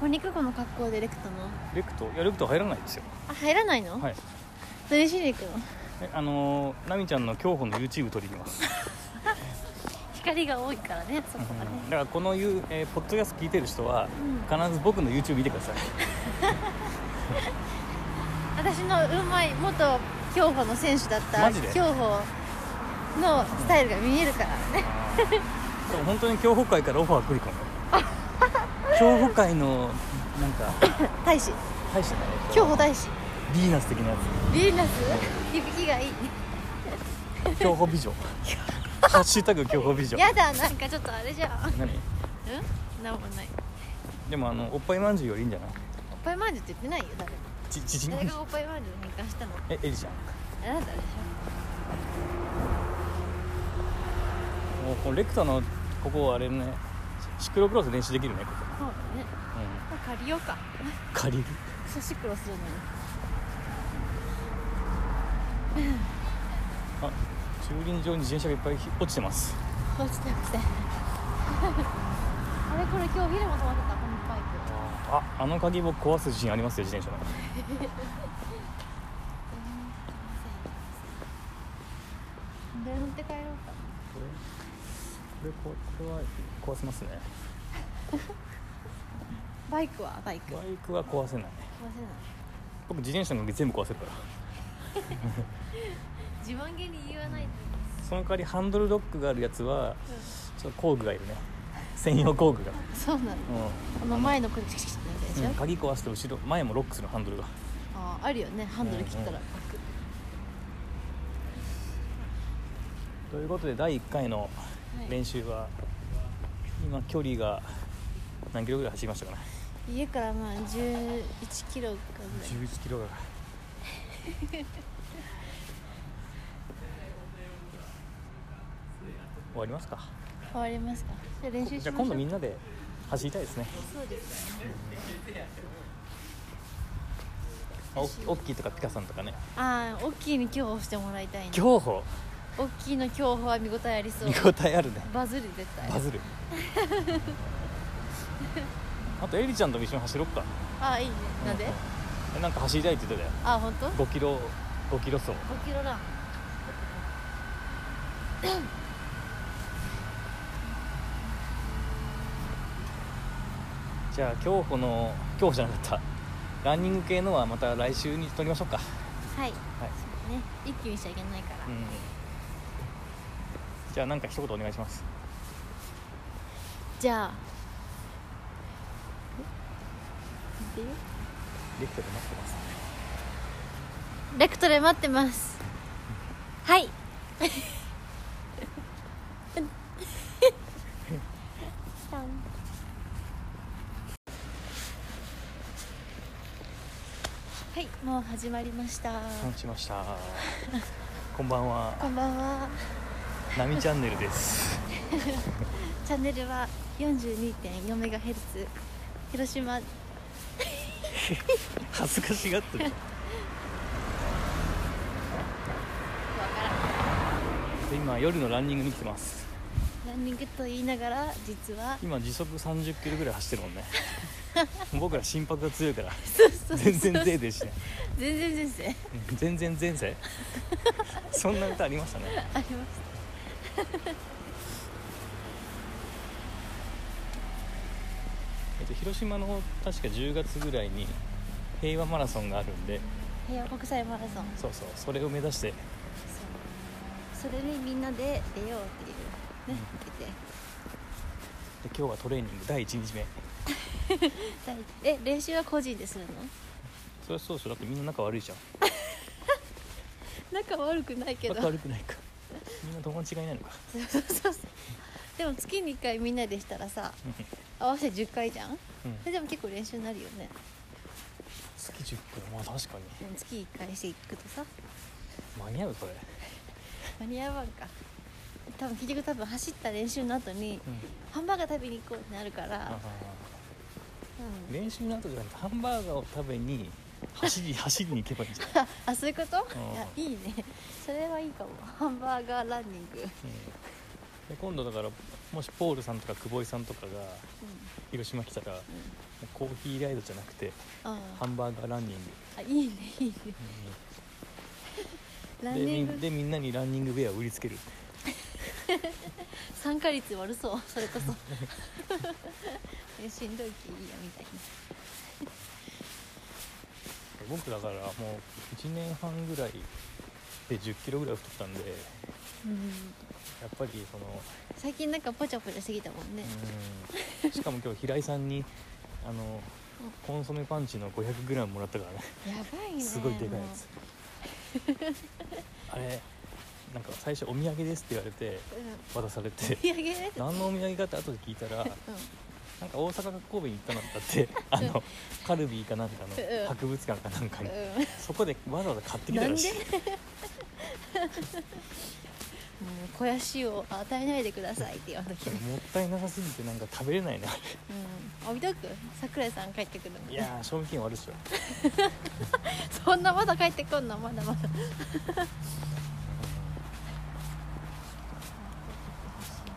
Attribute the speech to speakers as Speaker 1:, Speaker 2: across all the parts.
Speaker 1: こんにくこの格好でレクトの
Speaker 2: レクトいやレクト入らないですよ
Speaker 1: あ入らないの、
Speaker 2: はい
Speaker 1: どれしに行くの
Speaker 2: えあのー、ナミちゃんの競歩の YouTube 撮りに行きます
Speaker 1: 光が多いからねそこ
Speaker 2: う
Speaker 1: がね
Speaker 2: ん、だからこの、ゆえーポッドキャスト聞いてる人は、
Speaker 1: うん
Speaker 2: 必ず僕の YouTube 見てくだ さい
Speaker 1: 私のうまい元競歩の選手だった
Speaker 2: マジで
Speaker 1: 競歩のスタイルが見えるからね
Speaker 2: でも本当に競歩会からオファー来 るかも競歩会のなんか
Speaker 1: 大使
Speaker 2: 大したね
Speaker 1: 競歩大使
Speaker 2: ヴィーナス的なや
Speaker 1: ビーナス響きがいい
Speaker 2: つ競歩美女ハッシュタグ競歩美女
Speaker 1: やだなんかちょっとあれじゃん
Speaker 2: 何
Speaker 1: うんなんもない
Speaker 2: でもあのおっぱいまんじゅうよりいいんじゃない
Speaker 1: おっぱいマージュって言ってないよ誰も
Speaker 2: ちちちん
Speaker 1: 誰がおっぱいマージュに関したの
Speaker 2: えエリちゃん
Speaker 1: あなたでし
Speaker 2: もうこのレクトのここあれねシクロクロス練習できるねこ
Speaker 1: ょそうだね
Speaker 2: こ、
Speaker 1: まあ借りようか
Speaker 2: うん、借りる
Speaker 1: そうシクロするのに
Speaker 2: あ駐輪場に自転車がいっぱいひ落ちてます
Speaker 1: 落ちて落ちて あれこれ今日お昼も止まってたこのバイク
Speaker 2: ああの鍵僕壊す自信ありますよ自転車の
Speaker 1: これ乗って帰ろうか
Speaker 2: これこれここれは壊せますね
Speaker 1: バイクはバイク
Speaker 2: バ
Speaker 1: 壊
Speaker 2: イクは壊せない
Speaker 1: せない
Speaker 2: 僕自転車の全部壊せるから
Speaker 1: 自慢げに言わないと
Speaker 2: その代わりハンドルロックがあるやつはちょっと工具がいるね専用工具が、
Speaker 1: そうなの
Speaker 2: う
Speaker 1: この前のこれチキチキってなるやつ
Speaker 2: ん
Speaker 1: でしょ、
Speaker 2: 鍵壊して後ろ前もロックするハンドルが
Speaker 1: あーあるよねハンドル切ったら、
Speaker 2: うんということで第1回の
Speaker 1: はい
Speaker 2: 練習は、今距離が何キロぐらい走りましたかね
Speaker 1: 家からまあ11キロかぐらい
Speaker 2: 11キロが終わりますか
Speaker 1: 変わりますかじゃあ練習しまし
Speaker 2: じ
Speaker 1: ょう
Speaker 2: ゃあ今度みんなで走りたいですね
Speaker 1: そうですね
Speaker 2: あおオッキーとかピカさんとかね
Speaker 1: ああ大きいに競歩してもらいたいね
Speaker 2: 競歩
Speaker 1: 大きいの競歩は見応えありそう
Speaker 2: 見応えあるね
Speaker 1: バズる絶対
Speaker 2: バズるあとエリちゃんとも一緒に走ろっか
Speaker 1: ああいいねなんで、
Speaker 2: えなんか走りたいって言って
Speaker 1: ああ本当？
Speaker 2: たよ5キロ5キロ走
Speaker 1: 5キロラン
Speaker 2: じゃあ競歩の競歩じゃなかったランニング系のはまた来週に撮りましょうか
Speaker 1: はいね
Speaker 2: はい、
Speaker 1: 一気にしちゃいけないから、
Speaker 2: うん、じゃあなんか一言お願いします
Speaker 1: じゃあえなんて言う
Speaker 2: レクトで待ってます
Speaker 1: レクトで待ってますはいはいもう始まりました
Speaker 2: 待ちましたこんばんは
Speaker 1: こんばんは
Speaker 2: ナミチャンネルです
Speaker 1: チャンネルは42.4メガヘルツ広島
Speaker 2: 恥ずかしがってるで今夜のランニングに来てます
Speaker 1: ランニングと言いながら実は
Speaker 2: 今時速30キロぐらい走ってるも んね僕ら心拍が強いから
Speaker 1: そう
Speaker 2: 全然ゼーでしね
Speaker 1: 全然全然
Speaker 2: うん 全然前世そんな歌ありましたね
Speaker 1: ありまし
Speaker 2: えっと広島の方確か10月ぐらいに平和マラソンがあるんで
Speaker 1: た平和国際マラソンそう
Speaker 2: そうそうそれを目指して
Speaker 1: それにみんなで出ようっていうね出て
Speaker 2: で今日はトレーニング第1日目
Speaker 1: 大え練習は個人でするの
Speaker 2: それはそうでしょだってみんな仲悪いじゃん
Speaker 1: 仲悪くないけど
Speaker 2: 仲悪くないかみんな友達がいないのか
Speaker 1: そうそうそうでも月に1回みんなでしたらさ合わせて10回じゃん
Speaker 2: うん
Speaker 1: ででも結構練習になるよね
Speaker 2: 月10分まあ確かに
Speaker 1: でも月1回していくとさ
Speaker 2: 間に合うそれ、
Speaker 1: 間に合わんか多分結局多分走った練習の後にハンバーガー食べに行こうってなるから、うん
Speaker 2: 練習の後じゃなくてハンバーガーを食べに走り 走りに行けばいいんじゃない、
Speaker 1: あ あそういうこと
Speaker 2: うん
Speaker 1: いやいいねそれはいいかもハンバーガーランニング
Speaker 2: うんで今度だからもしポールさんとか久保井さんとかが広島来たらもうコーヒーライドじゃなくて
Speaker 1: あ
Speaker 2: ハンバーガーランニング
Speaker 1: あいいねいいねラン
Speaker 2: で
Speaker 1: ニ
Speaker 2: み
Speaker 1: ング
Speaker 2: んでみんなにランニングウェアを売りつける
Speaker 1: 参加率悪そうそれこ そえしんどいきいいやみたいな
Speaker 2: 僕だからもう1年半ぐらいで1 0キロぐらい太ったんでや
Speaker 1: うん
Speaker 2: っぱりその
Speaker 1: 最近なんかポチャポチャしてきたもんね、
Speaker 2: うんしかも今日平井さんにあのコンソメパンチの 500g もらったからね
Speaker 1: やばいね
Speaker 2: すごいでかいや
Speaker 1: も
Speaker 2: つ あれなんか最初お土産ですって言われて
Speaker 1: ううん
Speaker 2: 渡され て
Speaker 1: お土産です
Speaker 2: 何のお土産かって後で聞いたら
Speaker 1: うん
Speaker 2: なんか大阪か神戸に行ったんだ ってあのカルビーかなんか
Speaker 1: うん
Speaker 2: の博物館かなんかに
Speaker 1: うん
Speaker 2: そこでわざわざ買ってきたらしい
Speaker 1: なんもう肥やしを与えないでくださいって言わなきゃ、うん、
Speaker 2: もったいなさすぎてなんか食べれ ないな
Speaker 1: あ見とく桜井さん帰ってくるの
Speaker 2: いやー賞味期限悪いっしょ
Speaker 1: そんなまだ帰ってこんのまだまだ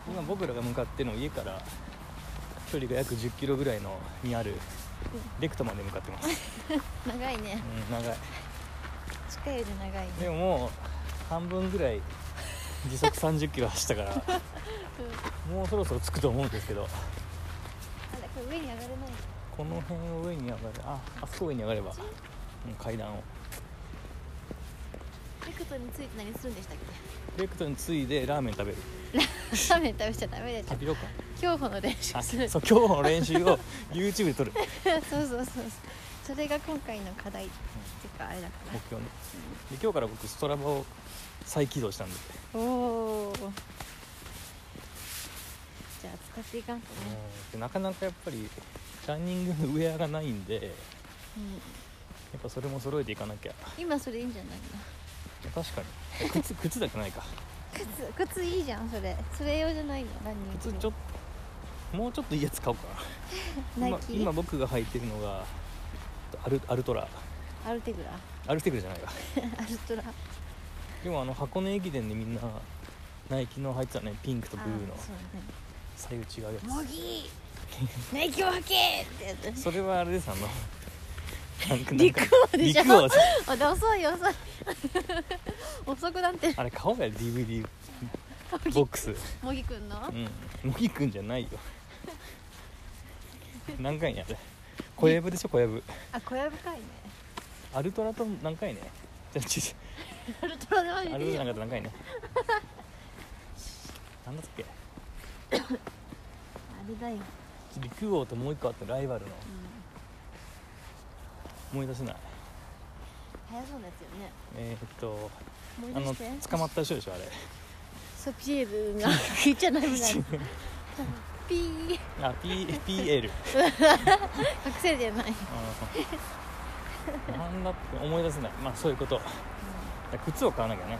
Speaker 2: 今僕らが向かってるの家から距離が約1 0キロぐらいのにあるレクトまで向かって ます、
Speaker 1: 長いね
Speaker 2: うん、長い
Speaker 1: 近いより長いね
Speaker 2: でももう半分ぐらい時速3 0キロ走ったから
Speaker 1: うん
Speaker 2: もうそろそろ着くと思うんですけど
Speaker 1: あれこれ上に上がれない
Speaker 2: この辺を上に上がるああそこ上に上がれば、うん、階段を
Speaker 1: レクトについて何するんでしたっけ
Speaker 2: レクトに次いでラーメン食べる
Speaker 1: ラーメン食べちゃダメだ
Speaker 2: 食
Speaker 1: よ
Speaker 2: べようか
Speaker 1: 競歩の練習
Speaker 2: あ
Speaker 1: す
Speaker 2: そ
Speaker 1: る
Speaker 2: う
Speaker 1: そ
Speaker 2: 今日の練習を YouTube で撮る
Speaker 1: う そうそうそうそれが今回の課題っていうかあれだか
Speaker 2: 目標ねで今日から僕ストラバを再起動したんで、
Speaker 1: らおおじゃあ使っていかんとね、
Speaker 2: でなかなかやっぱりランニングのウェアがないんでや
Speaker 1: うん、
Speaker 2: っぱそれも揃えていかなきゃ
Speaker 1: 今それいいんじゃないの
Speaker 2: 確かに 靴靴だけないか
Speaker 1: 靴靴いいじゃんそれそれ用じゃないのランニング
Speaker 2: 靴ちょっともうちょっといいやつ買おうかな
Speaker 1: ナイ
Speaker 2: 今
Speaker 1: キ
Speaker 2: 今僕が履いてるのがアルアルトラ
Speaker 1: アルテグラ
Speaker 2: アルテクルじゃないか
Speaker 1: アルトラ
Speaker 2: でもあの箱根駅伝でみんなナイキの履いてたねピンクとブルーの
Speaker 1: あそうね
Speaker 2: 左右違うや
Speaker 1: 「モギー ナイキを履け!」ってやつ
Speaker 2: つそれはあれですあのなんか
Speaker 1: 陸王でしょ
Speaker 2: 陸王
Speaker 1: あで遅い遅い遅くなってる
Speaker 2: あれ買おうや DVD ボックス
Speaker 1: 茂木くんの
Speaker 2: うん乃木くんじ ゃないよ何回やあれ小籔でしょ小籔
Speaker 1: あ小籔かいね
Speaker 2: アルトラと何回ねじゃあちち
Speaker 1: アルトラでマ
Speaker 2: ア
Speaker 1: ジ
Speaker 2: ルト
Speaker 1: でい
Speaker 2: ラ
Speaker 1: い
Speaker 2: じゃな
Speaker 1: よ
Speaker 2: かっ た何回ねなんだっけ
Speaker 1: あれだよ、
Speaker 2: 陸王ともう一個あったライバルの
Speaker 1: うん、
Speaker 2: 思い出せない
Speaker 1: 早そうなやつよね
Speaker 2: えー、っと
Speaker 1: 思い
Speaker 2: あ
Speaker 1: 出
Speaker 2: の
Speaker 1: して
Speaker 2: 捕まった人でしょあれ
Speaker 1: そうピ エールが言っちゃダメだよピー隠
Speaker 2: あ P PL
Speaker 1: せるじゃない、うん
Speaker 2: うんなんだって思い出せないまあそういうことだから靴を買わなきゃね、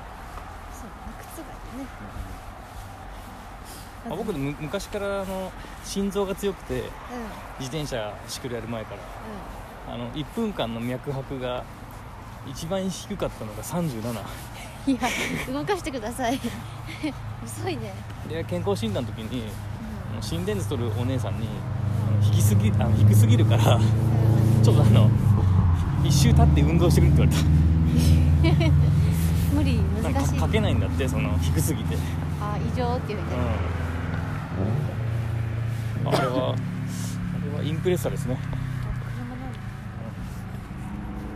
Speaker 1: そうだね靴がいいね
Speaker 2: まあ、僕む昔からあの心臓が強くて
Speaker 1: うんうん
Speaker 2: 自転車シクルやる前からあの1分間の脈拍が一番低かったのが37
Speaker 1: いや動かしてください 遅いね、
Speaker 2: で健康診断の時にあ
Speaker 1: う
Speaker 2: の心電図取るお姉さんにあの低すぎあの低すぎるから
Speaker 1: んうん
Speaker 2: ちょっとあの一周立って運動してくれって言われ
Speaker 1: 無理
Speaker 2: たなん
Speaker 1: 難
Speaker 2: か
Speaker 1: しい
Speaker 2: かけないんだってその低すぎて、うん、
Speaker 1: あ異常って言われてる
Speaker 2: あれはあれはインプレッサーですね、う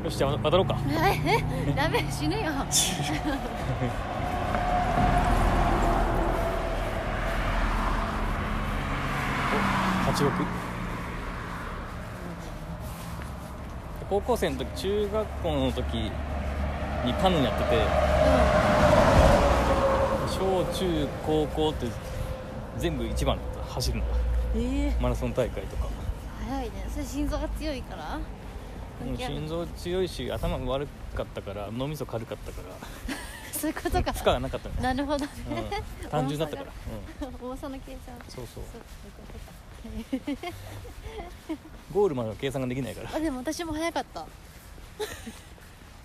Speaker 2: んよしじゃあ渡ろうか
Speaker 1: えダメ死ぬ よ
Speaker 2: 86高校生の時中学校の時にカヌーやってて小中高校って全部一番だった走るのが
Speaker 1: ええ
Speaker 2: マラソン大会とか
Speaker 1: 早いねそれ心臓が強いから
Speaker 2: もう心臓強いし頭も悪かったから脳みそ軽かったか
Speaker 1: そういうこ
Speaker 2: ら
Speaker 1: とか
Speaker 2: 負荷がなかったね、
Speaker 1: なるほど
Speaker 2: う ん、単純だったから、
Speaker 1: ら重さの計算
Speaker 2: うん、そうそう
Speaker 1: そういうことか
Speaker 2: ゴールまでの計算ができないから
Speaker 1: あでも私も早かった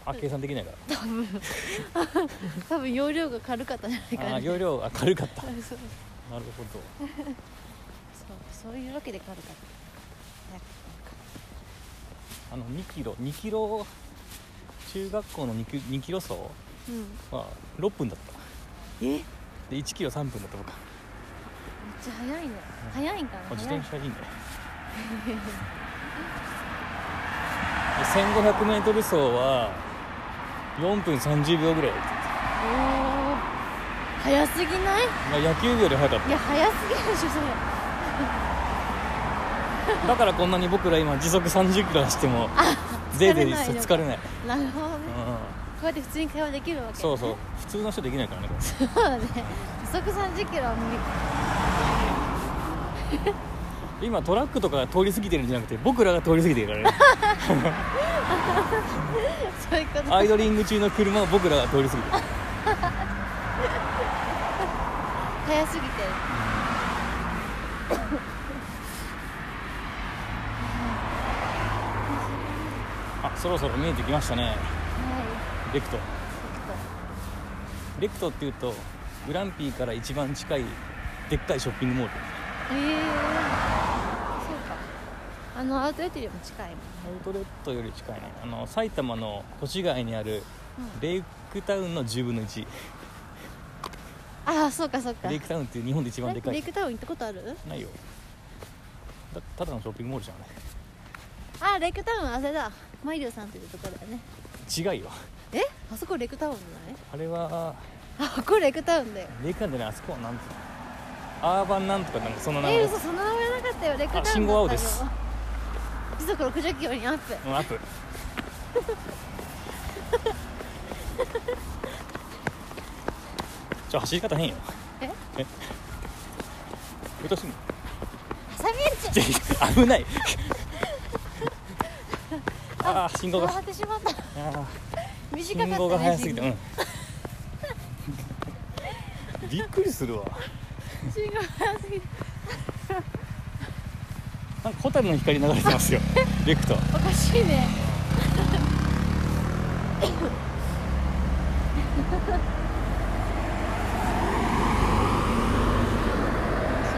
Speaker 2: あ計算できないから
Speaker 1: 多分容量が軽かったんじゃないか
Speaker 2: あ
Speaker 1: な
Speaker 2: ー容量あ軽かった
Speaker 1: そうそう
Speaker 2: なるほど
Speaker 1: そうそういうわけで軽かった早かったのか
Speaker 2: あの2キロ2キロ中学校の 2, キ2キロ走
Speaker 1: うん
Speaker 2: は6分だった
Speaker 1: えめっ
Speaker 2: で1キロ3分だった僕
Speaker 1: ちゃ早いね
Speaker 2: うん
Speaker 1: 早いんかな
Speaker 2: あ自
Speaker 1: 早い
Speaker 2: 転車いいね 1500m 走は4分30秒ぐらい、
Speaker 1: おー早すぎない
Speaker 2: まあ、野球部より速かっ
Speaker 1: いや早すぎるでしょそれ
Speaker 2: ただからこんなに僕ら今時速30キロ走ってもぜいぜ
Speaker 1: 疲
Speaker 2: い
Speaker 1: れないのか
Speaker 2: 疲れない、
Speaker 1: なるほどね、こ
Speaker 2: う
Speaker 1: うやって普通に会話できるわけ
Speaker 2: ん、そうそう普通の人できないからねこれ
Speaker 1: そうだね時速30キロは無理
Speaker 2: 今トラックとかが通り過ぎてるんじゃなくて僕らが通り過ぎてる からね
Speaker 1: そういうこと
Speaker 2: アイドリング中の車を僕らが通り過ぎてる
Speaker 1: 早すぎて
Speaker 2: あそろそろ見えてきましたね
Speaker 1: は
Speaker 2: レクト
Speaker 1: いち
Speaker 2: レクトっていうとグランピーから一番近いでっかいショッピングモー
Speaker 1: ょっ
Speaker 2: ル
Speaker 1: とええそうかあのアウトレットよりも近いもん
Speaker 2: アウトレットより近いねあの埼玉の越谷にある
Speaker 1: うん
Speaker 2: レイクタウンの10分の1
Speaker 1: ああそうかそうか
Speaker 2: レイクタウンっていう日本で一番でか
Speaker 1: えレイ
Speaker 2: い
Speaker 1: クタウン行ったことある
Speaker 2: ないよだただのショッピングモールじゃな
Speaker 1: ああレイクタウンあれだマイリオさんっていうところだね
Speaker 2: い違いよ
Speaker 1: えあそこレイクタウンじゃない
Speaker 2: あれは
Speaker 1: あこれレイクタウンだよ
Speaker 2: レイクタウンじゃないあそこはなんつうのアーバンなんとかなんかそんな名
Speaker 1: え
Speaker 2: 前
Speaker 1: 嘘その名前なかったよレイクタウンだった
Speaker 2: あ
Speaker 1: よ
Speaker 2: 信号青です
Speaker 1: 時速60キロにアップ
Speaker 2: うんア ップちょ走り方変よ
Speaker 1: え
Speaker 2: え落とすの
Speaker 1: 挟み撃ち
Speaker 2: ぜひ 危ないああ信号が
Speaker 1: 回ってしまった
Speaker 2: あ
Speaker 1: 短かった、
Speaker 2: 信
Speaker 1: ね、
Speaker 2: 号が早すぎて
Speaker 1: 信号
Speaker 2: うん びっくりするわ
Speaker 1: 信号早すぎて
Speaker 2: なんか蛍の光流れてま すよレクト
Speaker 1: おかしいね